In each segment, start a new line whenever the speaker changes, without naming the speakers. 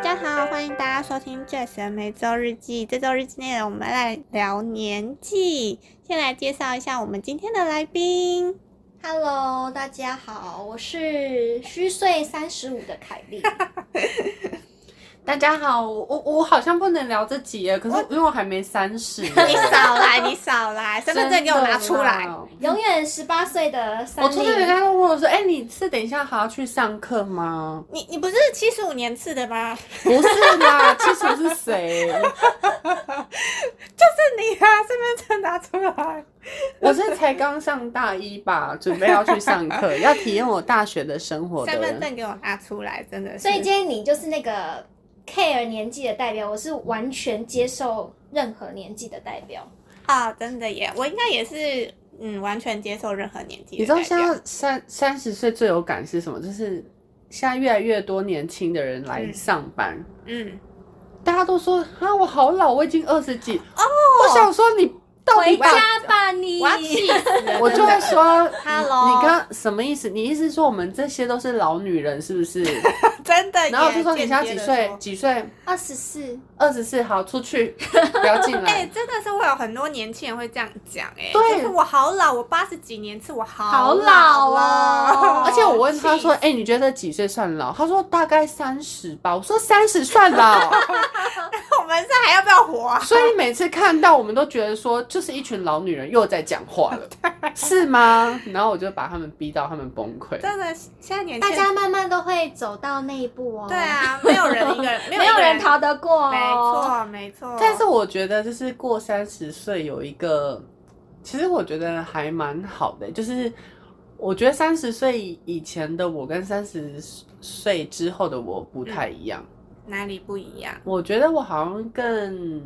家好，欢迎大家收听《最神每周日记》。这周日记内容我们来聊年纪，先来介绍一下我们今天的来宾。
Hello，大家好，我是虚岁三十五的凯 莉。
大家好，我我我好像不能聊这集耶，可是因为我还没三十 耶，
你少来，你少来，身份证给我拿出来。
真的啦
永远十八岁的三
我
零。
昨天人家问我说：“哎、你是等一下还要去上课吗
你你不是七十五年次的吗？？”
不是 啦，其实我是谁？
就是你啊，身份证拿出来。
我是才刚上大一吧，准备要去 上课，要体验我大学的生活的
身份
人。
证给我拿出来，真的是。
所以今天你就是那个 care 年纪的代表，我是完全接受任何年纪的代表。
啊、真的耶，我应该也是，嗯，完全接受任何年纪的
你知道
代
现
表
在三三十岁最有感是什么？就是现在越来越多年轻的人来
嗯
上班，
嗯，
大家都说啊，我好老，我已经二十几。哦，我想说你到底
回
把
家吧你！
我要气 死了，
我就会说
Hello
你刚什么意思？你意思是说我们这些都是老女人是 不是？
真的耶。
然后就说你现在
间接
几
地
岁
说？
几岁？
二十四，
二十四，好，出 去，不要进
哎、
来。
真的是会有很多年轻人会这样讲、哎，
对
就是我好老，我八十几年次，我好
好
老
老
了。
哦
而且我问他说：“
气
哎、你觉得几岁算老？”他说：“大概三十吧。”我说：“三十 算老。
死我们是还要不要活、啊”？
所以每次看到我们都觉得说，就是一群老女人又在讲话 了，是吗？然后我就把他们逼到他们崩溃。
真的，现在年轻
大
人
家慢慢都会走到那一步哦。
对，啊，没有人一个 人，没有
没
一
有
个
人逃得过、哦。
没错，没错。
但是我觉得，就是过三十岁有一个，其实我觉得还蛮好的，就是我觉得三十岁以前的我跟三十岁之后的我不太一样。
哪里不一样？
我觉得我好像更，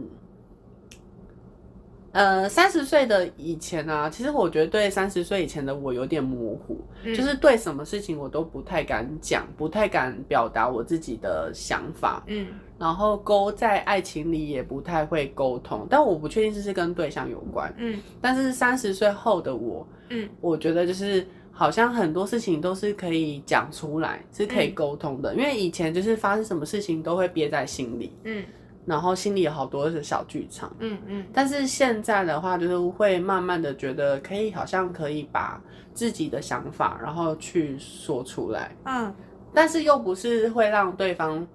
呃，三十岁的以前啊，其实我觉得对三十岁以前的我有点模糊，
嗯
就是对什么事情我都不太敢讲，不太敢表达我自己的想法。
嗯
然后沟在爱情里也不太会沟通，但我不确定这是跟对象有关。
嗯
但是三十岁后的我，
嗯
我觉得就是好像很多事情都是可以讲出来，是可以
嗯
沟通的。因为以前就是发生什么事情都会憋在心里，
嗯
然后心里有好多的小剧场。
嗯嗯
但是现在的话，就是会慢慢的觉得可以，好像可以把自己的想法，然后去说出来。
嗯
但是又不是会让对方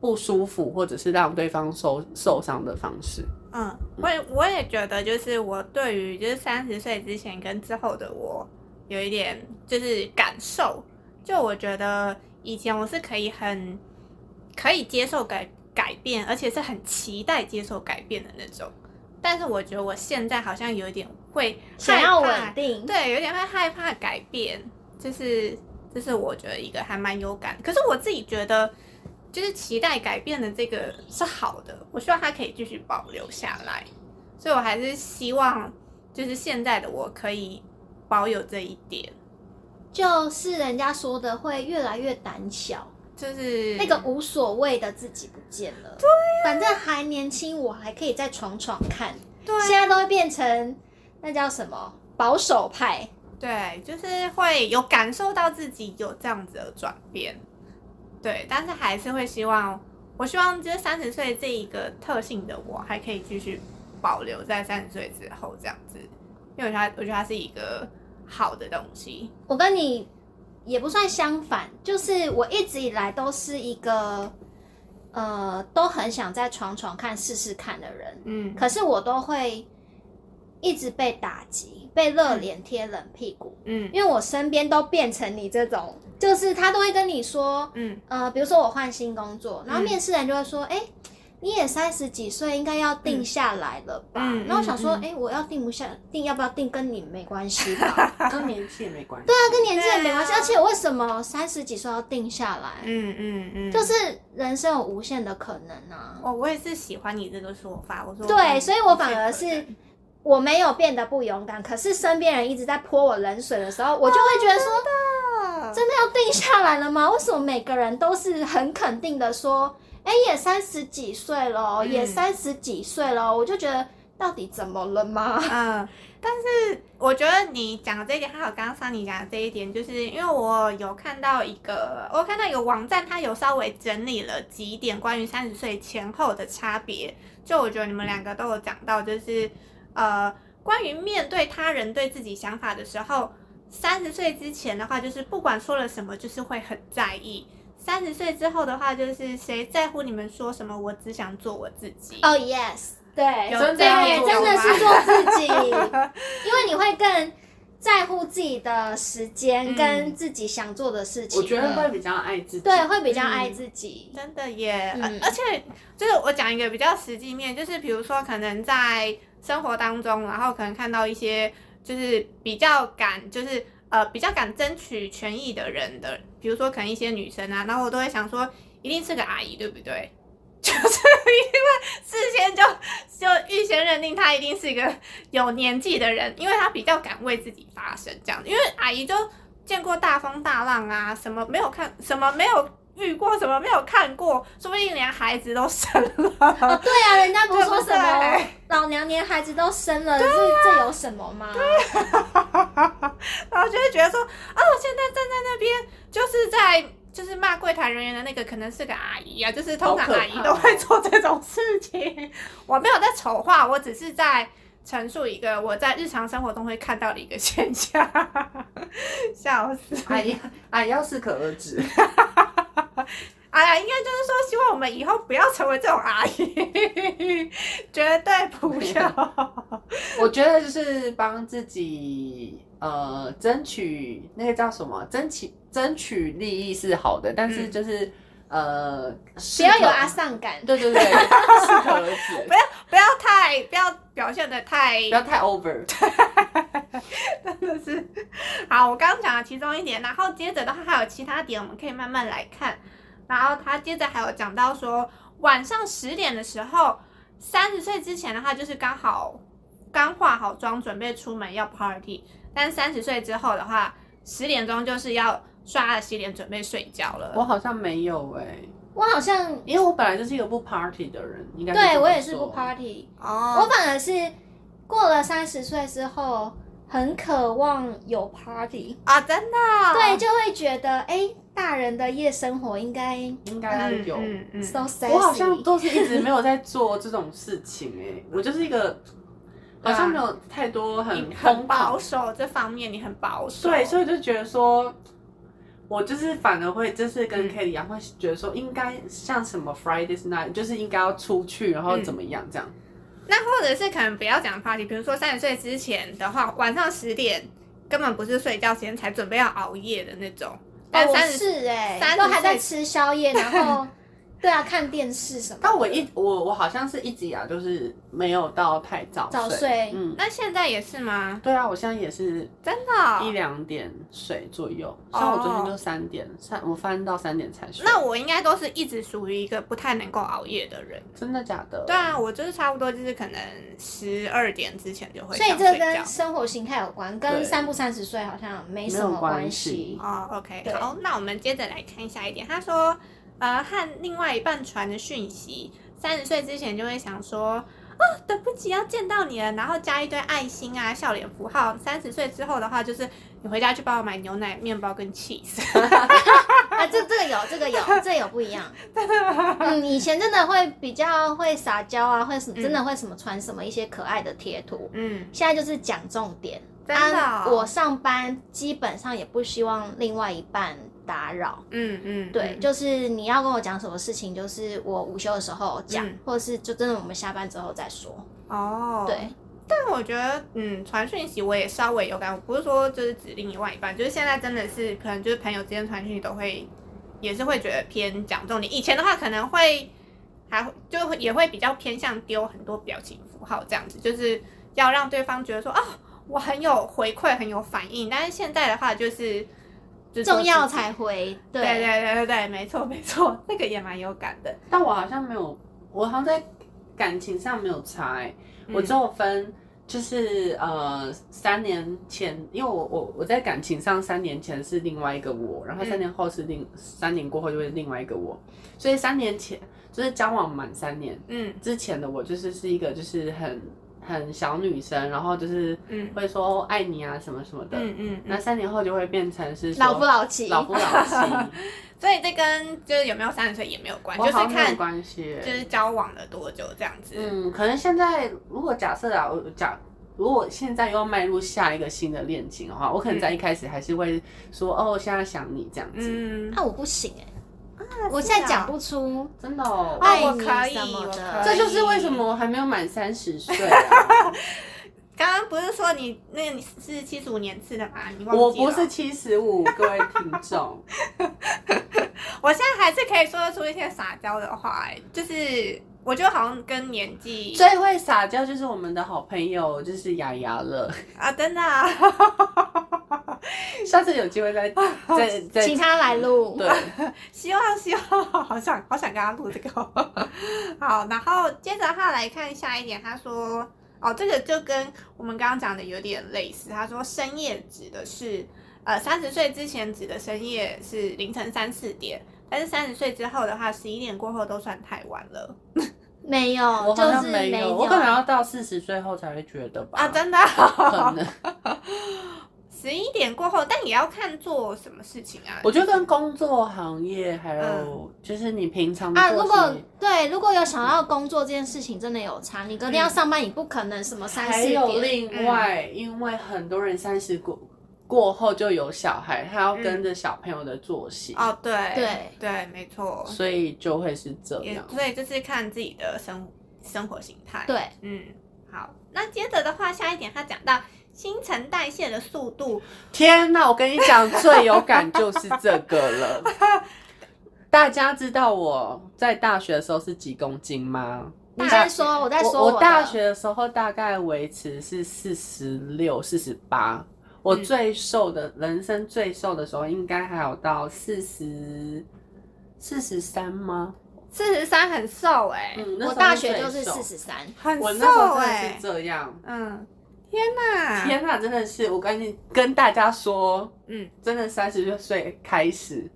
不舒服，或者是让对方受受伤的方式。
嗯，我也我也觉得，就是我对于就是三十岁之前跟之后的我，有一点就是感受，就我觉得以前我是可以很可以接受改改变，而且是很期待接受改变的那种。但是我觉得我现在好像有一点会
想要
害怕
稳定。
对，有点会害怕改变，就是这是我觉得一个还蛮有感。可是我自己觉得，就是期待改变的这个是好的，我希望它可以继续保留下来，所以我还是希望就是现在的我可以保有这一点，
就是人家说的会越来越胆小。
就是
那个无所谓的自己不见了。对、反正还年轻，我还可以再闯闯看。
对
现在都会变成那叫什么保守派，
对，就是会有感受到自己有这样子的转变，对，但是还是会希望，我希望就是三十岁这一个特性的我，还可以继续保留在三十岁之后这样子，因为我觉得它，我觉得它是一个好的东西，
我跟你也不算相反，就是我一直以来都是一个呃都很想再闯闯看、试试看的人，
嗯
可是我都会一直被打击，被热脸贴冷屁股，
嗯
因为我身边都变成你这种，就是他都会跟你说。
嗯
呃，比如说我换新工作，然
嗯
后面试人就会说，哎、你也三十几岁，应该要定下来了吧？
嗯嗯
然后我想说，
嗯
哎、我要定不下，定要不要定跟你没关 系吧，
跟年纪也没关系。对啊，
跟年纪也没关系。
对啊
而且为什么三十几岁要定下来？
嗯嗯嗯，哦
就是人生有无限的可能啊。
我我也是喜欢你这个说法，我说
对，所以我反而
不
是
可能
我没有变得不勇敢，可是身边人一直在泼我冷水的时候，我就会觉得说，
嗯
真的要定下来了吗？为什么每个人都是很肯定的说，哎、也三十几岁了，
嗯
也三十几岁了？我就觉得到底怎么 了吗？
嗯，但是我觉得你讲的这一点，还有刚刚桑尼讲的这一点，就是因为我有看到一个，我看到一个网站，它有稍微整理了几点关于三十岁前后的差别。就我觉得你们两个都有讲到，就是呃，关于面对他人对自己想法的时候，三十岁之前的话，就是不管说了什么，就是会很在意。三十岁之后的话，就是谁在乎你们说什么？我只想做我自己。
哦、y e s 对，
有
对，
这样做
真的
吗
是做自己，因为你会更在乎自己的时间
嗯
跟自己想做的事情
我
了。
觉得会比较爱自 己。
对，会比较爱自己。
真的耶，
嗯
呃而且就是我讲一个比较实际面，就是比如说可能在生活当中，然后可能看到一些就是比较敢，就是呃比较敢争取权益的人的，比如说可能一些女生啊，然后我都会想说，一定是个阿姨，对不对？ 就是因为事先就就预先认定她一定是一个有年纪的人，因为她比较敢为自己发声这样子。因为阿姨就见过大风大浪啊，什么没有看，什么没有遇过，什么没有看过，说不定连孩子都生
哦，
了。
对啊，人家不是说什
对
么
不对
老娘连孩子都生了，这这有什么吗？
然后就会觉得说，啊，我现在站在那边，就是在就是骂柜台人员的那个，可能是个阿姨啊，就是通常
好可怕
阿姨都会做这种事情。我没有在丑化，我只是在陈述一个我在日常生活中会看到的一个现象， 笑死。
阿姨，阿姨哎要适可而止。
哎呀，应该就是说，希望我们以后不要成为这种阿姨， 绝对不要。
我觉得就是帮自己呃争取那个叫什么，争取争取利益是好的，但是就是、呃
不
不
要有阿，丧感。
对对对，适可而 止，不要
不要太不要表现的太
不要太 over。
真的是好。我刚刚讲了其中一点，然后接着的话还有其他点，我们可以慢慢来看。然后他接着还有讲到说，晚上十点的时候，三十岁之前的话就是刚好刚化好妆，准备出门要 party，但三十岁之后的话，十点钟就是要刷了洗脸准备睡觉了。
我好像没有哎、
我好像
因为我本来就是一个不 party 的人，应该
对
这么
我也是不
说
party，
哦
嗯
我反而是过了三十岁之后，很渴望有 party，
啊，真的哦、
对，就会觉得哎、诶大人的夜生活应该
应该要有。
嗯嗯
so sexy。
我好像都是一直没有在做这种事情哎、 我就是一个好像没有太多很
你
疯
很
狂
啊保守这方面，你很保守。
对，所以就觉得说，我就是反而会就是跟
嗯
Kelly 一样，会觉得说应该像什么 Fridays night，就是应该要出去，然后怎么样这样。
嗯那或者是可能不要讲 party，比如说三十岁之前的话，晚上十点根本不是睡觉时间，才准备要熬夜的那种。但
哦，我
三十、
是哎、
30
都还在
岁
吃宵夜，然 后对啊，看电视什么的。
但我一我我好像是一直以来就是没有到太早
早
睡，
睡
嗯，
那现在也是吗？
对啊，我现在也是
真的哦、
一
啊
两点睡左右，像我昨天就三点三，我翻到三点才睡。
那我应该都是一直属于一个不太能够熬夜的人。
真的假的？
对啊，我就是差不多就是可能十二点之前就会
所以
想
这
睡
跟
觉。
生活形态有关，跟
对
三不三十岁好像没什
没
么
有关
系
系。
哦，OK，
对
好，那我们接着来看下一点。他说，呃，和另外一半传的讯息，三十岁之前就会想说，哦，等不及要见到你了，然后加一堆爱心啊、笑脸符号。三十岁之后的话，就是你回家去帮我买牛奶、面包跟 cheese。
啊，这这个有，这个有，这个有不一样。嗯，以前真的会比较会撒娇啊，会什么，
嗯
真的会什么传什么一些可爱的贴图。
嗯，
现在就是讲重点。
真的
啊
哦、
我上班基本上也不希望另外一半打扰。
嗯嗯，
对，
嗯
就是你要跟我讲什么事情，就是我午休的时候讲，
嗯
或者是就真的我们下班之后再说。
哦，
对，
但我觉得，嗯，传讯息我也稍微有感，我不是说就是指另一外一半，就是现在真的是可能就是朋友之间传讯息都会，也是会觉得偏讲重点。以前的话可能会还会就会也会比较偏向丢很多表情符号这样子，就是要让对方觉得说哦，我很有回馈，很有反应。但是现在的话就是就是
重要
都是
才回。对
对对对对对，没错没错，这个也蛮有感的。
但我好像没有，我好像在感情上没有差、欸，我
嗯
只有分就是呃三年前，因为我我我在感情上三年前是另外一个我，然后
嗯
三年后是另、三年过后就是另外一个我，所以三年前就是交往满三年
嗯
之前的我，就是是一个就是很很小女生，然后就是
嗯
会说、哦爱你啊什么什么的。
嗯嗯
那
嗯，
三年后就会变成是说
老不老气，
老不老 气，
所以这跟就是有没有三十岁也没有关系，
我
就是
好像没
看
有关系欸耶。
就是交往了多久这样子。
嗯，可能现在如果假设啊，我假如果现在又要迈入下一个新的恋情的话，我可能在一开始还是会说、哦，现在想你这样子，
嗯，
啊那我不行哎、我现在讲不出，
真的、哦。
啊
爱
我
你
可以
什么
我
的，
可
这
以
就是为什么我还没有满三十岁 啊！
刚刚不是说你那个你是七十五年次的吗？你忘记了
我不是，七十五，各位听众，
我现在还是可以说得出一些撒娇的话、哎就是我觉得好像跟年纪
最会撒娇就是我们的好朋友，就是雅雅了。
啊，真的、啊，
下次有机 会再再再
请他来录。
对，
希望希望， 好想好想跟他录这个 哦、好，然后接着他来看下一点，他说，哦，这个就跟我们刚刚讲的有点类似。他说，深夜指的是，呃，三十岁之前指的深夜是凌晨三四点，但是三十岁之后的话，十一点过后都算太晚了
没有，
我好
就
像
是
没
有，
有，我可能要到四十岁后才会觉得吧。
啊，真的、
可能。
十一点过后，但也要看做什么事情啊。
我觉得跟工作行业还有就是你平常的
嗯啊，
作
如果
息
对如果有想要工作这件事情，真的有差。你隔天要上班，你不可能什么三
还
四
有
点，嗯
另外，因为很多人三十过过后就有小孩，他要
嗯
跟着小朋友的作息，
哦，对
对
对，没错，
所以就会是这
也
样。
所以就是看自己的生生活形态。
对，
嗯，好，那接着的话，下一点他讲到新陈代谢的速度，
天哪，我跟你讲，最有感就是这 个了。大家知道我在大学的时候是几公斤吗？
你先说，我再说
我
的
大学的时候大概维持是四十六、四十八。我
嗯
最瘦的、人生最瘦的时候，应该还有到四十、四十三吗？
四十三很瘦哎、
嗯，那时候
我大学就是
最瘦
四，十欸三，
很
我那时候
瘦
真
哎
的、是这样。
嗯，天
啊
哪，
天哪，真的是！我赶紧跟大家说，
嗯，
真的三十岁 开始，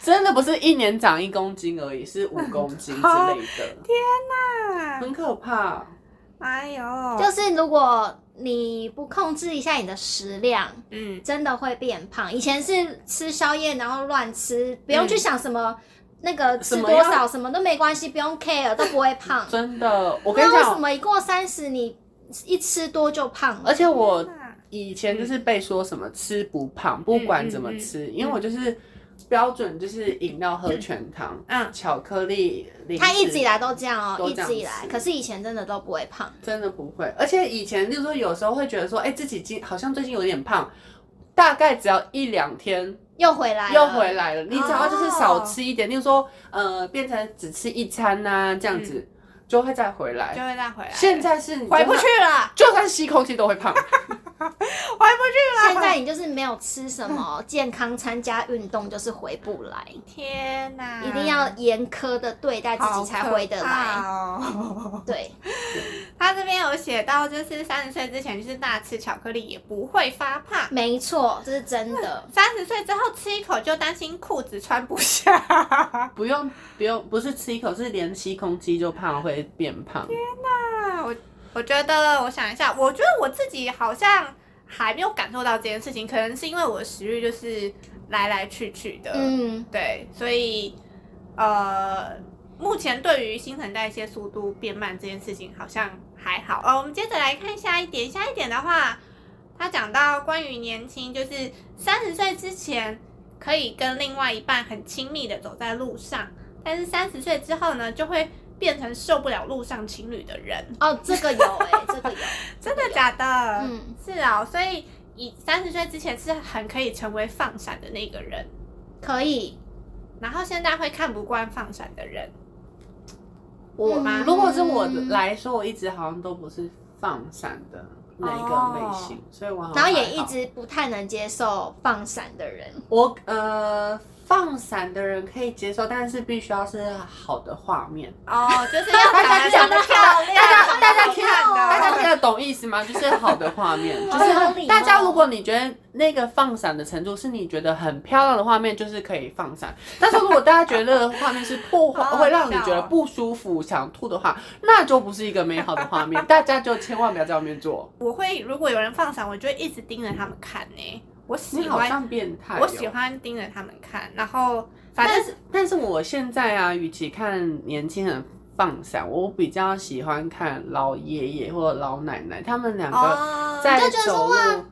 真的不是一年长一公斤而已，是五公斤之类的，
啊
很可怕。
哎呦，
就是如果你不控制一下你的食量，
嗯
真的会变胖。以前是吃宵夜然后乱吃，不用去想什么、那个吃
什么
多
要
少，什么都没关系，不用 care，都不会胖。
真的，我跟你
那为
讲
什，么一过三十你一吃多就胖
而
了？
且我
天哪
以前就是被说什么吃不胖，不管怎么吃，因为我就是标准就是饮料喝全糖，
嗯
巧克力零食，
他一直以来都这样哦，
都
一
这样
直以来，
吃
可是以前真的都不会胖。
真的不会。而且以前就是说有时候会觉得说，哎、自己今好像最近有点胖。大概只要一两天
又回来，
又回。来了，你只要就是少吃一点，例如说，呃，变成只吃一餐呐、这样子、就会再回
就
来。
会再回来，
现在是你就
回不
算
去，了，
就算吸空气都会胖。
回不去
现
了。
在你就是没有吃什
嗯
么健康，参加运动就是回不来，
天
嗯
哪，
一定要严苛的对待自己才回
好
得
可
来。
怕哦
对，
他这边有写到，就是三十岁之前就是大吃巧克力也不会发胖，
没错，这是真 的。
三十岁之后吃一口就担心裤子穿不下。
不用不用，不是吃一口，是连吸空气就胖会变胖。
啊，我我觉得，我想一下，我觉得我自己好像还没有感受到这件事情，可能是因为我的食欲就是来来去去的，
嗯，
对，所以呃，目前对于新陈代谢速度变慢这件事情好像还好。呃，我们接着来看下一点，下一点的话，他讲到关于年轻，就是三十岁之前可以跟另外一半很亲密的走在路上，但是三十岁之后呢，就会变成受不了路上情侣的人。
哦，这个有哎、这 个有，
真的假的？
嗯，
是啊、所以以三十岁之前是很可以成为放闪的那个人。
可以。
然后现在会看不惯放闪的人，
我
嗯
如果是我来说，我一直好像都不是放闪的那一个类型，所以我好像
然后
哦还
也
好
一直不太能接受放闪的人，
我呃放闪的人可以接受，但是必须要是好的画面。
哦，就是要长得
讲得
漂亮，
大家大家
好
听
看的，
大家听得懂意思吗？就是好的画面， 就
好有
是
哦
礼貌
大家如果你觉得那个放闪的程度是你觉得很漂亮的画面，就是可以放闪。但是如果大家觉得那个画面是破坏，
好好
会让你
笑哦
觉得不舒服、想吐的话，那就不是一个美好的画面。大家就千万不要在外面做。
我会如果有人放闪，我就会一直盯着他们看呢、我喜
你好
欢，
像变态、哦。
我喜欢盯着他们看，然后反
但
正
是，但是我现在啊，与其看年轻人放闪，我比较喜欢看老爷爷或老奶奶，他们两个
哦
在
就觉得说
走路，
哇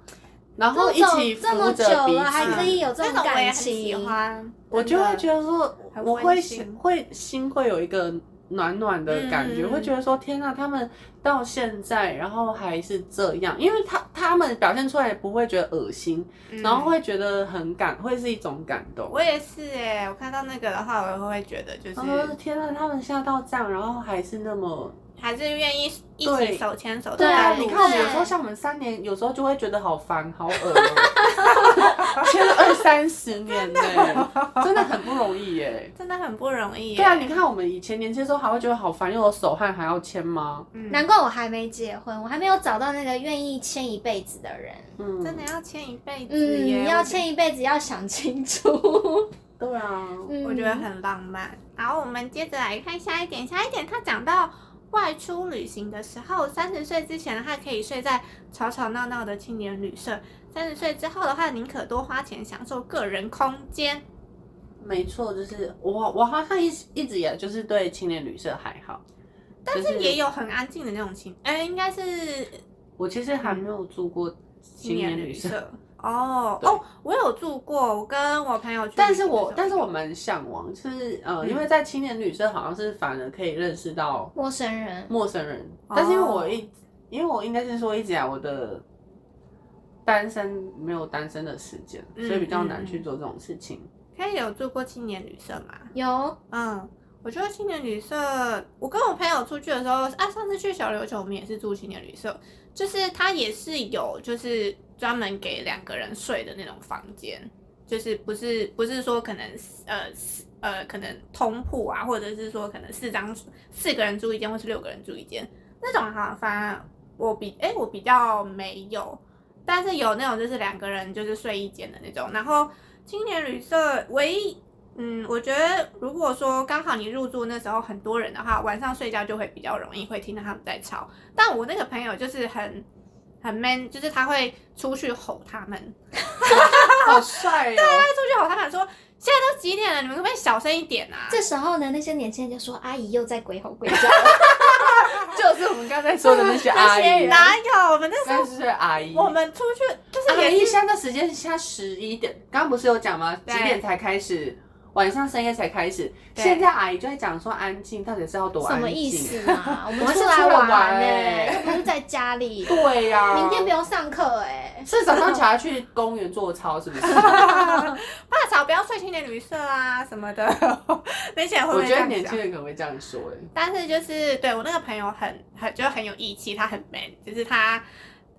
然后一起
这
扶
么久
着彼
了，还可以
此，
有这
那
种
种我也
感
很喜
情，
欢，
我就会
真的
觉得说，
很
我
温
会
馨
心会心会有一个暖暖的感觉，
嗯嗯嗯
会觉得说天呐，他们到现在，然后还是这样，因为他他们表现出来不会觉得恶心，
嗯
然后会觉得很感，会是一种感动。
我也是哎、我看到那个的话，我也会觉得就是、
然后哦天呐，他们吓到这样，然后还是那么
还是愿意一
对
起手牵手走
对
在
啊，
路
你
上。
看我们有
对
时候像我们三年，有时候就会觉得好烦，好恶哦、 签了二三十年呢、真的很不容易耶、
真的很不容易耶、
对啊，你看我们以前年轻的时候还会觉得好烦，又有手汗还要签吗？
嗯
难怪我还没结婚，我还没有找到那个愿意牵一辈子的人。
嗯，
真的要牵一辈子耶，
嗯，
我
要
觉
牵一辈子要想 清楚。
对啊，
嗯，
我觉得很浪漫。然后我们接着来看下一点，下一点他讲到外出旅行的时候，三十岁之前的话可以睡在吵吵闹闹的青年旅社，三十岁之后的话宁可多花钱享受个人空间。
没错，就是我我好像一一直也就是对青年旅社还好，但
但是也有很安静的那种青，哎、应该是
我其实还没有住过青
青年
旅
旅社。 哦
对
哦，我有住过，我跟我朋友去旅行的时候，
但是我但是我蛮向往，就是呃，
嗯
因为在青年旅社好像是反而可以认识到
陌生人，
陌生人，
哦
但是因为我一，因为我应该是说一直啊，我的单身没有单身的时间，
嗯
所以比较难去做这种事情。
可以有住过青年旅社吗？
有
嗯，我觉得青年旅社，我跟我朋友出去的时候，啊，上次去小琉球，我们也是住青年旅社，就是它也是有，就是专门给两个人睡的那种房间，就是不是不是说可能呃四呃可能通铺啊，或者是说可能四张四个人住一间，或是六个人住一间那种哈，反而我比哎、我比较没有，但是有那种就是两个人就是睡一间的那种，然后青年旅社唯一。嗯，我觉得如果说刚好你入住那时候很多人的话，晚上睡觉就会比较容易会听到他们在吵。但我那个朋友就是很很 man，就是他会出去吼他们，
好 帅哦！
他出去吼他们说现在都几点了，你们可不可以小声一点啊？
这时候呢，那些年轻人就说：“阿姨又在鬼吼鬼叫了。
就是我们刚才说的 那些阿
那些
姨，
人
哪有？我们那时
但是阿姨，
候我们出去就是
阿
也
姨
是
现在的时间现在十一点，刚刚不是有讲吗？
对
几点才开始？晚上深夜才开始。
对
现在阿姨就在讲说安静到底是 要”多安
什
静？
么意？思 啊？我
我们
们
是
出来
出来玩
玩
欸
呢，又不是在家 里。
对呀、
明天不用上课哎。
是早上起来去公园做操 是不是？
怕吵，不要睡青年旅社啊什么的。 没想到会
我
不会
觉
这
得
样
年
讲
轻。人可能会这样说、欸，
但是就是对我那个朋友很很就很有义气，他很 man，就是他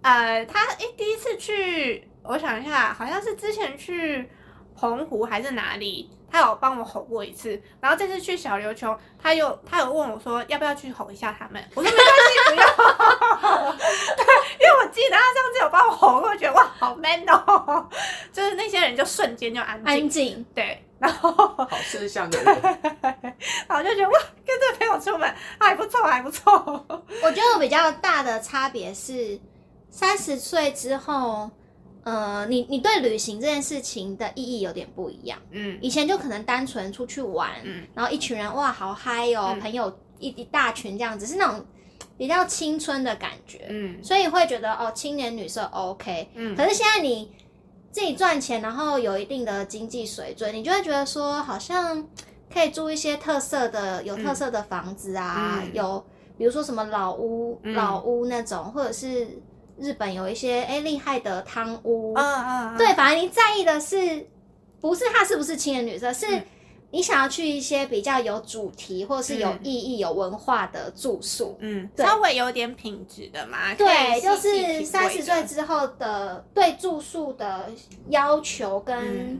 呃他诶、第一次去，我想一下，好像是之前去澎湖还是哪里，他有帮我吼过一次，然后这次去小琉球，他又他有问我说要不要去吼一下他们，我说没关系，不要， 对，因为我记得他上次有帮我吼，我觉得哇好 man 哦， 就是那些人就瞬间就 安静，
安静，
对，然后。
好事项的人。
然后就觉得哇，跟这个朋友出门还不错，还不错。
我觉得我比较大的差别是，三十岁之后，呃，你你对旅行这件事情的意义有点不一样。
嗯
以前就可能单纯出去玩，
嗯
然后一群人哇，好嗨哦，
嗯
朋友一一大群这样子，是那种比较青春的感觉，
嗯
所以会觉得哦，青年旅社 OK。
嗯
可是现在你自己赚钱，然后有一定的经济水准，你就会觉得说，好像可以住一些特色的、有特色的房子啊，
嗯
有比如说什么老屋、
嗯
老屋那种，或者是日本有一些哎厉害的汤屋，
嗯嗯，
对，反正你在意的是不是它是不是青年旅社，是
嗯
你想要去一些比较有主题或是有
嗯
意义、有文化的住宿。
嗯，
对
稍微有点品质的嘛。可
对，
以
就
细细品味
是
的
三十岁之后的对住宿的要求跟
嗯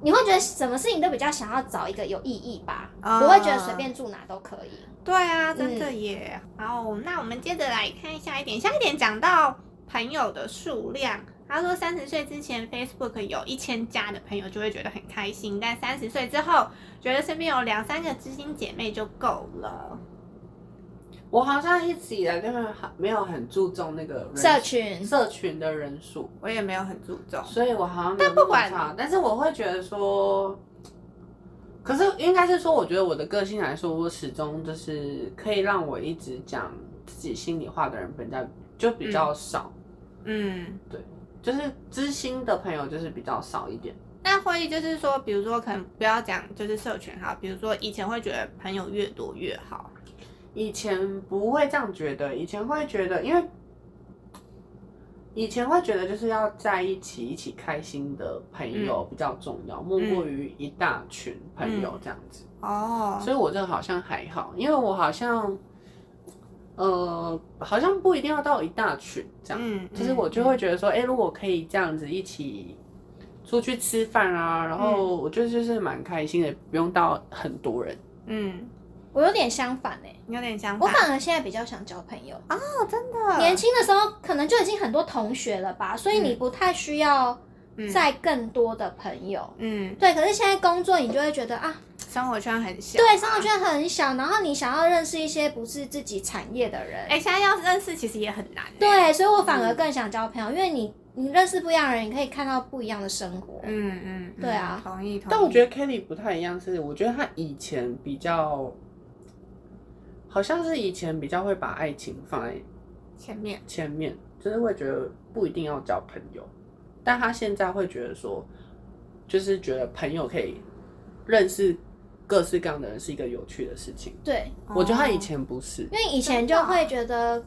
你会觉得什么事情都比较想要找一个有意义吧，
嗯
不会觉得随便嗯住哪都可以。
对啊，真的耶。好，那我们接着来看下一点，下一点讲到朋友的数量。他说，三十岁之前，Facebook 有一千加的朋友就会觉得很开心，但三十岁之后，觉得身边有两三个知心姐妹就够了。
我好像一直以来就是很没有很注重那个人
社群，
社群的人数，
我也没有很注重，
所以我好像没
但
有
不管
那么差但是我会觉得说，可是应该是说，我觉得我的个性来说，我始终就是可以让我一直讲自己心里话的人比较就比较少，
嗯。
就是知心的朋友就是比较少一点。
那会议就是说，比如说可能不要讲就是社群哈，比如说以前会觉得朋友越多越好，
以前不会这样觉得，以前会觉得，因为以前会觉得就是要在一起，一起开心的朋
嗯
友比较重要，莫过于一大群朋
嗯
友这样子。
哦
所以我这个好像还好，因为我好像，呃，好像不一定要到一大群这样，
嗯
就是我就会觉得说，哎、如果可以这样子一起出去吃饭啊，然后我觉得就是蛮开心的，不用到很多人。
嗯，
我有点相反哎、
你有点想
我
法
反而现在比较想交朋友。
哦，真的
年轻的时候可能就已经很多同学了吧，所以你不太需要
嗯
再更多的朋友。
嗯，
对，可是现在工作，你就会觉得啊，
生活圈很小，
对，生活。圈很小，然后你想要认识一些不是自己产业的人，
哎、现在要认识其实也很难、欸。，
对，所以我反而更想交朋友，因为你你认识不一样的人，你可以看到不一样的生活。
嗯嗯，嗯
对啊
同意同意。
但我觉得 Kelly 不太一样是，我觉得她以前比较，好像是以前比较会把爱情放在
前面，
前面，就是会觉得不一定要交朋友，但她现在会觉得说，就是觉得朋友可以认识各式各样的人是一个有趣的事情。
对，
我觉得她以
哦
前不是，
因为以前就会觉得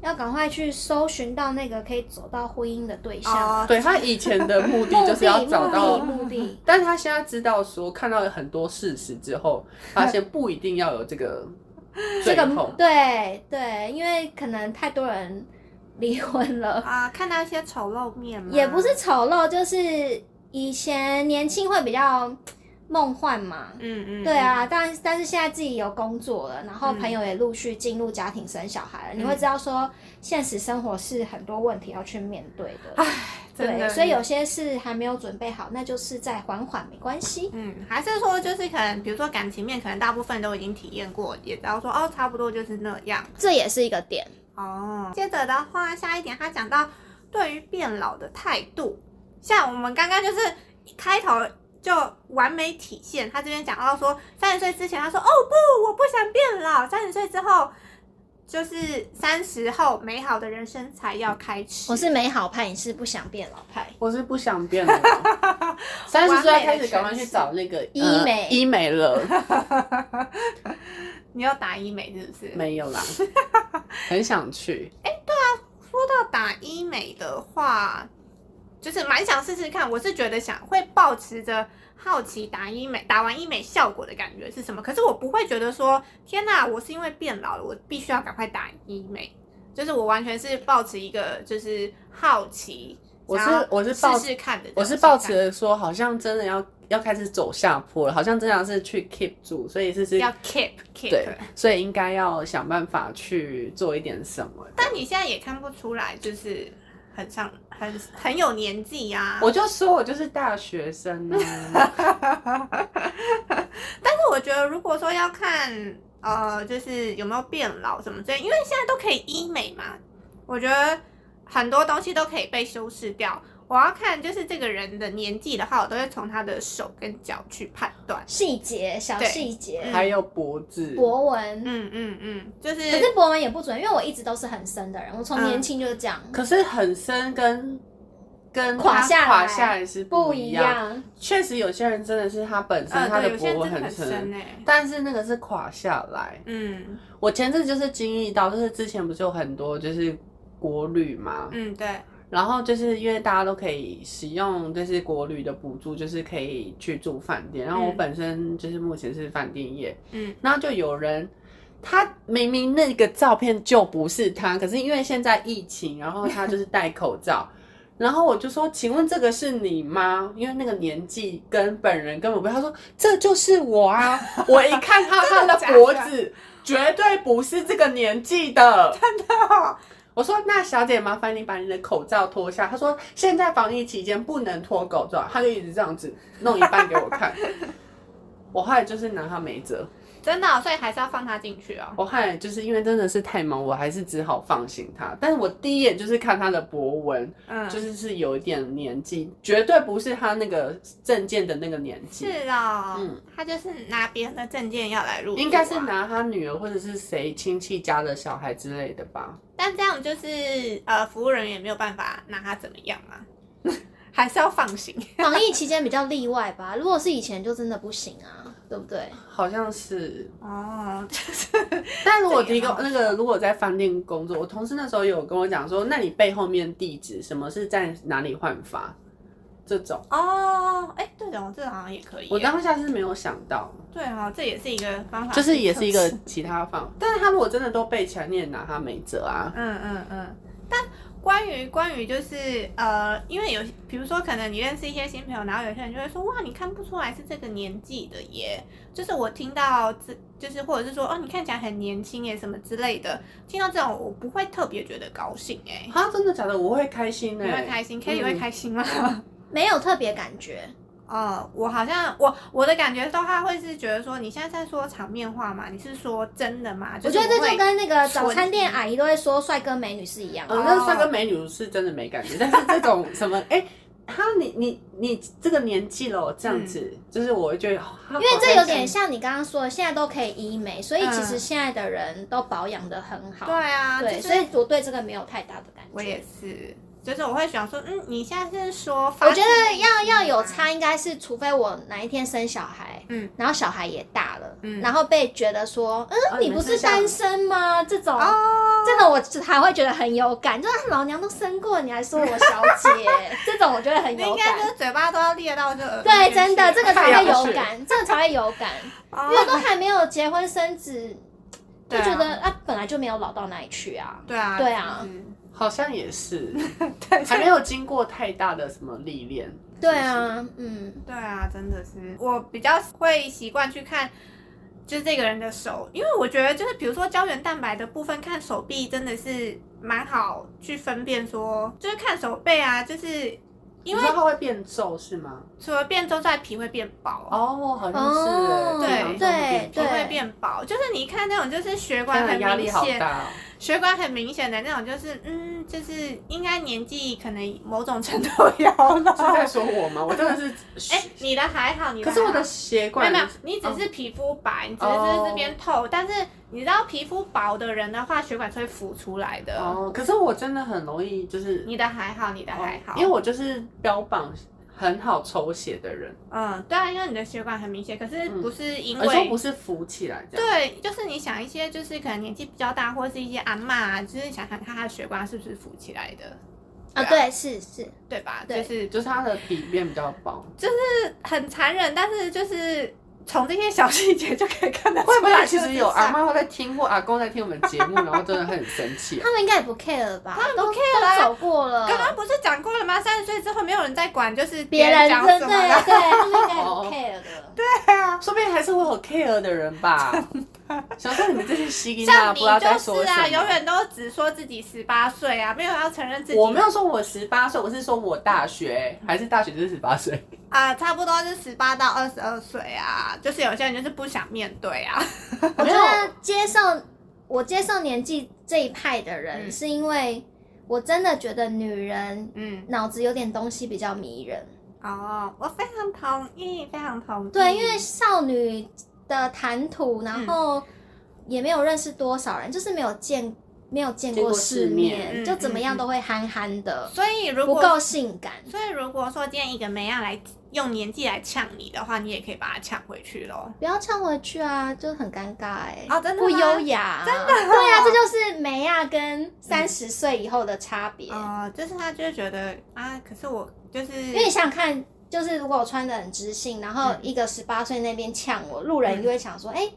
要赶快去搜寻到那个可以走到婚姻的对象，
哦
对她以前的目的就是要找
目的
到。
目的。
但她现在知道说，看到了很多事实之后，发现不一定要有这个
这
最
个
后。
对对，因为可能太多人 离婚了，
啊、看到一些丑陋面吗？
也不是，丑陋，就是以前年轻会比较梦幻嘛。
嗯嗯，
对啊，但但是现在自己有工作了，然后
嗯
朋友也陆续进入家庭生小孩了，你会
嗯
知道说现实生活是很多问题要去面对的。嗯
唉，真
对，
的，
所以有些事还没有准备好，那就是再缓缓，没关系。
嗯，还是说就是可能，比如说感情面，可能大部分都已经体验过，也知道说哦，差不多就是那样。
这也是一个点。
哦，接着的话，下一点他讲到对于变老的态度，像我们刚刚就是一开头就完美体现，他这边讲到说，三十岁之前他说哦不，我不想变老，三十岁之后就是三十后美好的人生才要开始。
我是美好派，你是不想变老派。
我是不想变了，三十岁要开始赶快去找那个
医
呃
美
医美了，
你要打医美是不是？
没有啦，很想去。
要打医美的话，就是蛮想试试看。我是觉得想会保持着好奇打医美，打完医美效果的感觉是什么？可是我不会觉得说，天哪，我是因为变老了，我必须要赶快打医美。就是我完全是保持一个就是好奇，
我是
想要
我是抱
试试看的这种
我是抱持着说，好像真的要要开始走下坡了，好像真的是去 keep 住，所以是
心
是
态要 keep keep。
对，所以应该要想办法去做一点什么。
但你现在也看不出来，就是很上很很有年纪啊呀、
我就说我就是大学生啊，
但是我觉得，如果说要看呃，就是有没有变老什么之类，因为现在都可以医美嘛，我觉得很多东西都可以被修饰掉。我要看就是这个人的年纪的话，我都会从他的手跟脚去判断。
细节，小
对
细节，
还有脖子，
博文。
嗯嗯嗯，就是
可是博文也不准，因为我一直都是很深的人，我从
嗯
年轻就是这样，
可是很深跟跟
垮
它
下来
垮下来是
不
一
一
样。
样。
确实有些人真的是他本身、
呃，
他
对，
的
有些
脖
人
纹
真的很
深，欸
深哎、
但是那个是垮下来。
嗯
我前阵就是经历到，就是之前不是有很多就是国旅嘛，
嗯，对，
然后就是因为大家都可以使用就是国旅的补助，就是可以去住饭店。然后我
嗯
本身就是目前是饭店业，
嗯
然后就有人。他明明那个照片就不是他，可是因为现在疫情，然后他就是戴口罩， 然后我就说：“请问这个是你吗？”因为那个年纪跟本人根本不一样。他说：“这就是我啊！”我一看他 他的脖子，绝对不是这个年纪 的。哦我说：“那小姐，麻烦你把你的口罩脱下。”他说：“现在防疫期间不能脱口罩。”他就一直这样子弄一半给我 看。我后来就是拿他没辙，
真的哦、所以还是要放他进去哦。
我后来就是因为真的是太忙，我还是只好放行他。但是我第一眼就是看他的博文，
嗯，
就是是有一点年纪，绝对不是他那个证件的那个年纪，
是啊、
嗯
他就是拿别人的证件要来啊入、
应该是，拿他女儿或者是谁亲戚家的小孩之类的吧。
但这样就是呃，服务人员没有办法拿他怎么样啊， 还是要放行。
防疫期间比较例外吧，如果是以前就真的不行啊，对不对？
好像是，
哦，就是
但如果
这个
提
也
供
好
那个，如果在饭店工作，我同事那时候有跟我讲说，那你背后面地址什么是在哪里换发，这种，
哦，哎、对的，我这个好像也可以耶。
我当下是没有想到，
对哦，这也是一个方法，
就是也是一个其他方，但是他如果真的都背起来，你也拿他没辙啊。
嗯嗯嗯。但关于关于就是呃，因为有比如说可能你认识一些新朋友，然后有些人就会说哇，你看不出来是这个年纪的耶。就是我听到这就是或者是说哦，你看起来很年轻耶什么之类的，听到这种我不会特别觉得高兴哎。
啊，真的假的？我会开心
你
哎、
会开心，K 你会开心吗？
没有特别感觉，
哦，我好像我我的感觉的话，会是觉得说你现在在说场面话嘛？你是说真的吗？
我
就是
觉得这
会
就跟那个早
纯
餐店阿姨都会说帅哥美女是一样的。啊
嗯，
哦
那帅哥美女是真的没感觉，但是这种什么，哎、他你你你这个年纪了，这样子，就是我会觉得，因
因为这有点像你刚刚说的，现在都可以医美，所以其实
嗯
现在的人都保养的很好。
对啊，
对，
就是
所以我对这个没有太大的感觉。
我也是，就是我会想说，嗯，你现在是说发嗯
我
自
觉
内
得
心吗，
要要有差，应该是除非我哪一天生小孩，
嗯，
然后小孩也大了，
嗯
然后被觉得说，嗯，
哦
你
你们
不
生
是
小孩
单身吗？这种，
哦，
这种我才会觉得很有感，就是老娘都生过，你还说我小 姐，这种我觉得很
你
有
应该就
感。
是嘴巴都要裂到这耳朵
对，
边去
真的，这个才
哎呀
会有
是
感，这个才会有感，因为
哦
都还没有结婚生子，就
对啊
觉得啊，本来就没有老到哪里去啊。
对啊，
对啊
就是
好像也是，还没有经过太大的什么历练。
对啊，嗯，
对啊，真的是我比较会习惯去看，就是这个人的手，因为我觉得就是比如说胶原蛋白的部分，看手臂真的是蛮好去分辨说，就是看手背啊，就是
因
因
为
为
它会变皱是吗？
除了变皱之外，皮会变薄。
哦，好像是欸，
哦
经常这样变
对
皮
皱
会变薄，就是你一看那种就是血管
天啊
很
压
明
力好
显，
大哦。
血管很明显的那种，就是嗯，就是应该年纪可能某种程度有了。
是在说我吗？我真的是，
哎、你的还好，你的
可是我
还
的
好
血
没
管
有没有，你
哦
只是皮肤白，你只是这边透，但是你知道皮肤薄的人的话，血管是会浮出来的。
哦，可是我真的很容易就是
你的还好，你的还好，
哦因为我就是标榜很好抽血的人，
嗯，对啊，因为你的血管很明显，可是不是因
而且
为
我不是浮起来这样。
对，就是你想一些，就是可能年纪比较大，或是一些阿嬷啊，就是想想看她的血管是不是浮起来的，
啊，
对
对，是是，
对吧？
对
就是
就是它的底面比较薄，
很残忍，但是就是从这些小细节就可以看得出来。
会不会其实有阿
妈？
妈在听或阿公在听我们节目，然后真的会很生气 啊？
他们应该也不 care 吧？
他们不
都
care
都
啊
走过了，
刚刚不是讲过了吗？三十岁之后没有人再管，就是
别人
讲
真
什
的
么
对，
啊
了。
他们应该也不 care 的。
对啊，
说不定还是会有 care 的人吧。想说你们这些西吉娜
像
啊不
你
知道在
就
说
是
什
啊，
么。
永远都只说自己十八岁啊，没有要承认自己。
我没有说我十八岁，我是说我大学还是大学就是十八岁。
啊、差不多是十八到二十二岁啊，就是有些人就是不想面对啊。
我
没
觉
有
得接受我接受年纪这一派的人，
嗯
是因为我真的觉得女人
嗯，
脑子有点东西比较迷人。
哦，我非常同意，非常同意。
对，因为少女的谈吐，然后也没有认识多少人，就是没有见没有见
见
过
过
世
世面
嗯
面，就怎么样
嗯嗯
都会憨憨的，
所以如
不
果
够性感。
所以如果说今天一个梅亚来用年纪来呛你的话，你也可以把她呛回去喽。
不要唱回去啊，就很尴尬哎、
哦真的吗
不优雅、真的、对啊，这就是梅亚跟三十岁以后的差别。
哦，就是她就会觉得啊，可是我就是
因为你想想看，就是如果我穿的很知性，然后一个十八岁那边呛我，路人就会想说，哎、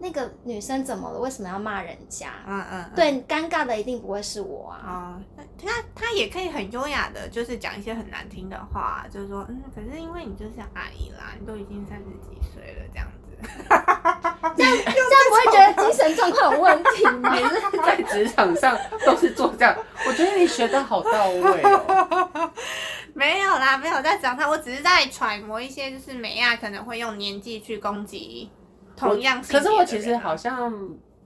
那个女生怎么了？为什么要骂人家？
嗯嗯，嗯，
对，尴尬的一定不会是我啊。
哦，那他他也可以很优雅的，就是讲一些很难听的话，就是说，嗯，可是因为你就是阿姨啦，你都已经三十几岁了，这样子。
这样不会觉得精神状况有问题吗？
在职场上都是做这样，我觉得你学的好到位哦。
没有啦，没有在讲他，我只是在揣摩一些，就是美亚可能会用年纪去攻击 同样性别
可
的人。
是我其实好像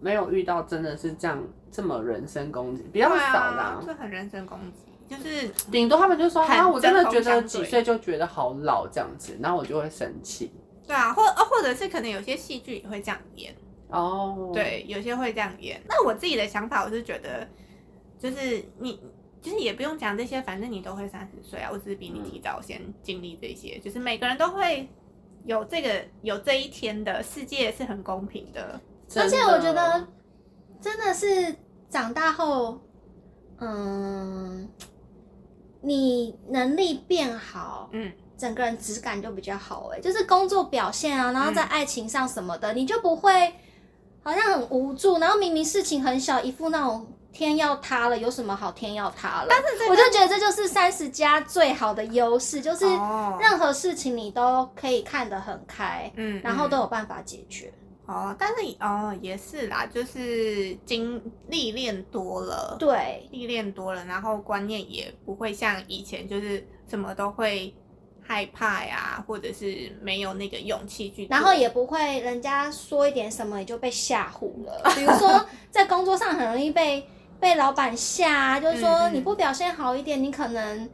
没有遇到真的是这样这么人身攻击，比较少啦
对啊，。这很人身攻击，就是
顶多他们就说
很
啊，我真的觉
针锋
得
相
几
对
岁就觉得好老这样子，然后我就会生气。
对啊，或呃或者是可能有些戏剧也会这样演，
哦，，
对，有些会这样演。那我自己的想法，我是觉得，就是你。就是也不用讲这些，反正你都会三十岁啊。我只是比
嗯
你提早先经历这些，就是每个人都会有这个有这一天的世界是很公平的。
而且我觉得真的是长大后，嗯，你能力变好，
嗯，
整个人质感就比较好哎、就是工作表现啊，然后在爱情上什么的，你就不会好像很无助，然后明明事情很小，一副那种天要塌了，有什么好天要塌了？但是我就觉得这就是三十加最好的优势，就是
哦
任何事情你都可以看得很开，
嗯
然
嗯
后都有办法解决。
哦，但是哦也是啦，就是经历练多了，
对，
历练多了，然后观念也不会像以前就是什么都会害怕呀，或者是没有那个勇气去做，
然后也不会人家说一点什么你就被吓唬了。比如说在工作上很容易被被老板吓啊，就是说
嗯嗯
你不表现好一点，你可能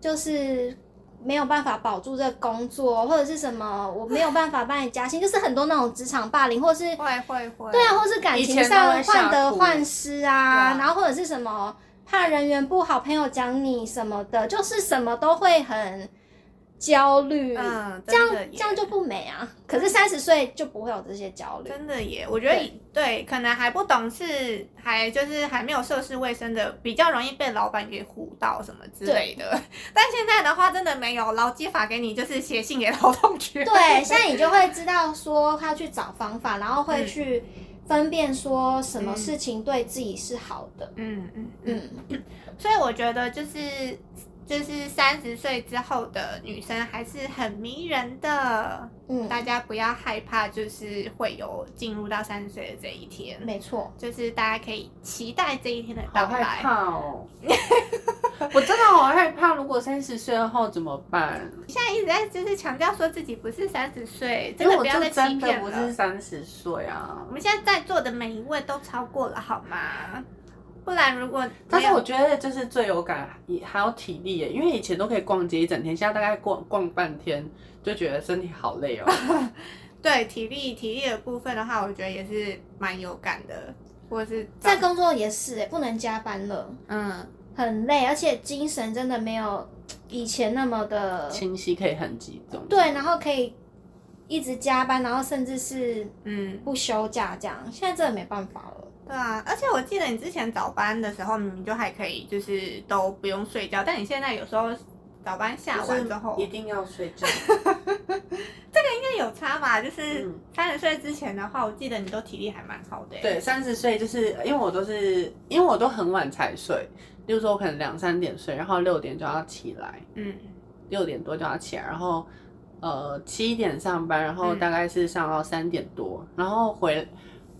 就是没有办法保住这个工作，或者是什么我没有办法帮你加薪，就是很多那种职场霸凌，或者是
会会会，
对啊，或是感
以
情
前都
上
会吓
患得
哭
患失
对
啊，
啊
然后或者是什么怕人缘不好，朋友讲你什么的，就是什么都会很焦虑。
嗯，
这样
真的耶
这样就不美啊。可是三十岁就不会有这些焦虑。
真的耶，我觉得
对
对，可能还不懂事，还就是还没有涉世未深的，比较容易被老板给唬到什么之类的。 但现在的话，真的没有劳基法给你，就是写信给劳动局。
对，现在你就会知道说他去找方法，然后会
嗯
去分辨说什么事情对自己是好的。
嗯嗯嗯。
嗯，
所以我觉得就是就是三十岁之后的女生还是很迷人的，
嗯
大家不要害怕，就是会有进入到三十岁的这一天。
没错。
就是大家可以期待这一天的
好
到
害
来。
怕哦。我真的好害怕，如果三十岁后怎么办？
现在一直在就是强调说自己不是三十岁，真
因为
的
我
不要
就
再
真
欺
的
骗
不是
了。
三十岁啊
我。们现在在座的每一位都超过了，好吗？不然如果
但是
没有
我觉得就是最有感，也还有体力耶，因为以前都可以逛街一整天，现在大概逛逛半天就觉得身体好 累哦。
对体力体力的部分的话，我觉得也是蛮有感的，或是
在工作也是、欸，不能加班了，
嗯。
很累，而且精神真的没有以前那么的
清晰可以很集中。
对，然后可以一直加班，然后甚至是
嗯，
不休假这样。现在真的没办法了。
对啊，而且我记得你之前早班的时候，你就还可以就是都不用睡觉，但你现在有时候早班下完之后，
一定要睡觉。
应该有差吧？就是
嗯
三十岁之前的话，我记得你都体力还蛮好的、欸。
对，三十岁就是因为我都是因为我都很晚才睡，例如说我可能两三点睡，然后六点就要起来，
嗯，
六点多就要起来，然后呃七点上班，然
嗯
后大概是上到三点多，然后回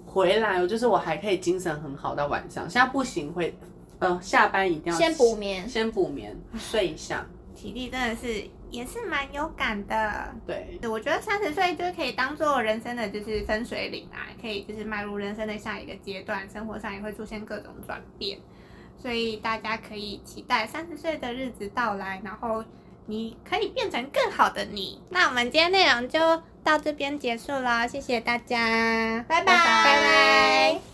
回来，我就是我还可以精神很好到晚上。现在不行，会呃下班一定要
先补眠
先补眠睡一下。
体力真的是也是蛮有感的。
对，
我觉得三十岁就是可以当做人生的就是分水岭啊，可以就是迈入人生的下一个阶段，生活上也会出现各种转变，所以大家可以期待三十岁的日子到来，然后你可以变成更好的你。那我们今天内容就到这边结束了，谢谢大家，
拜拜
拜拜。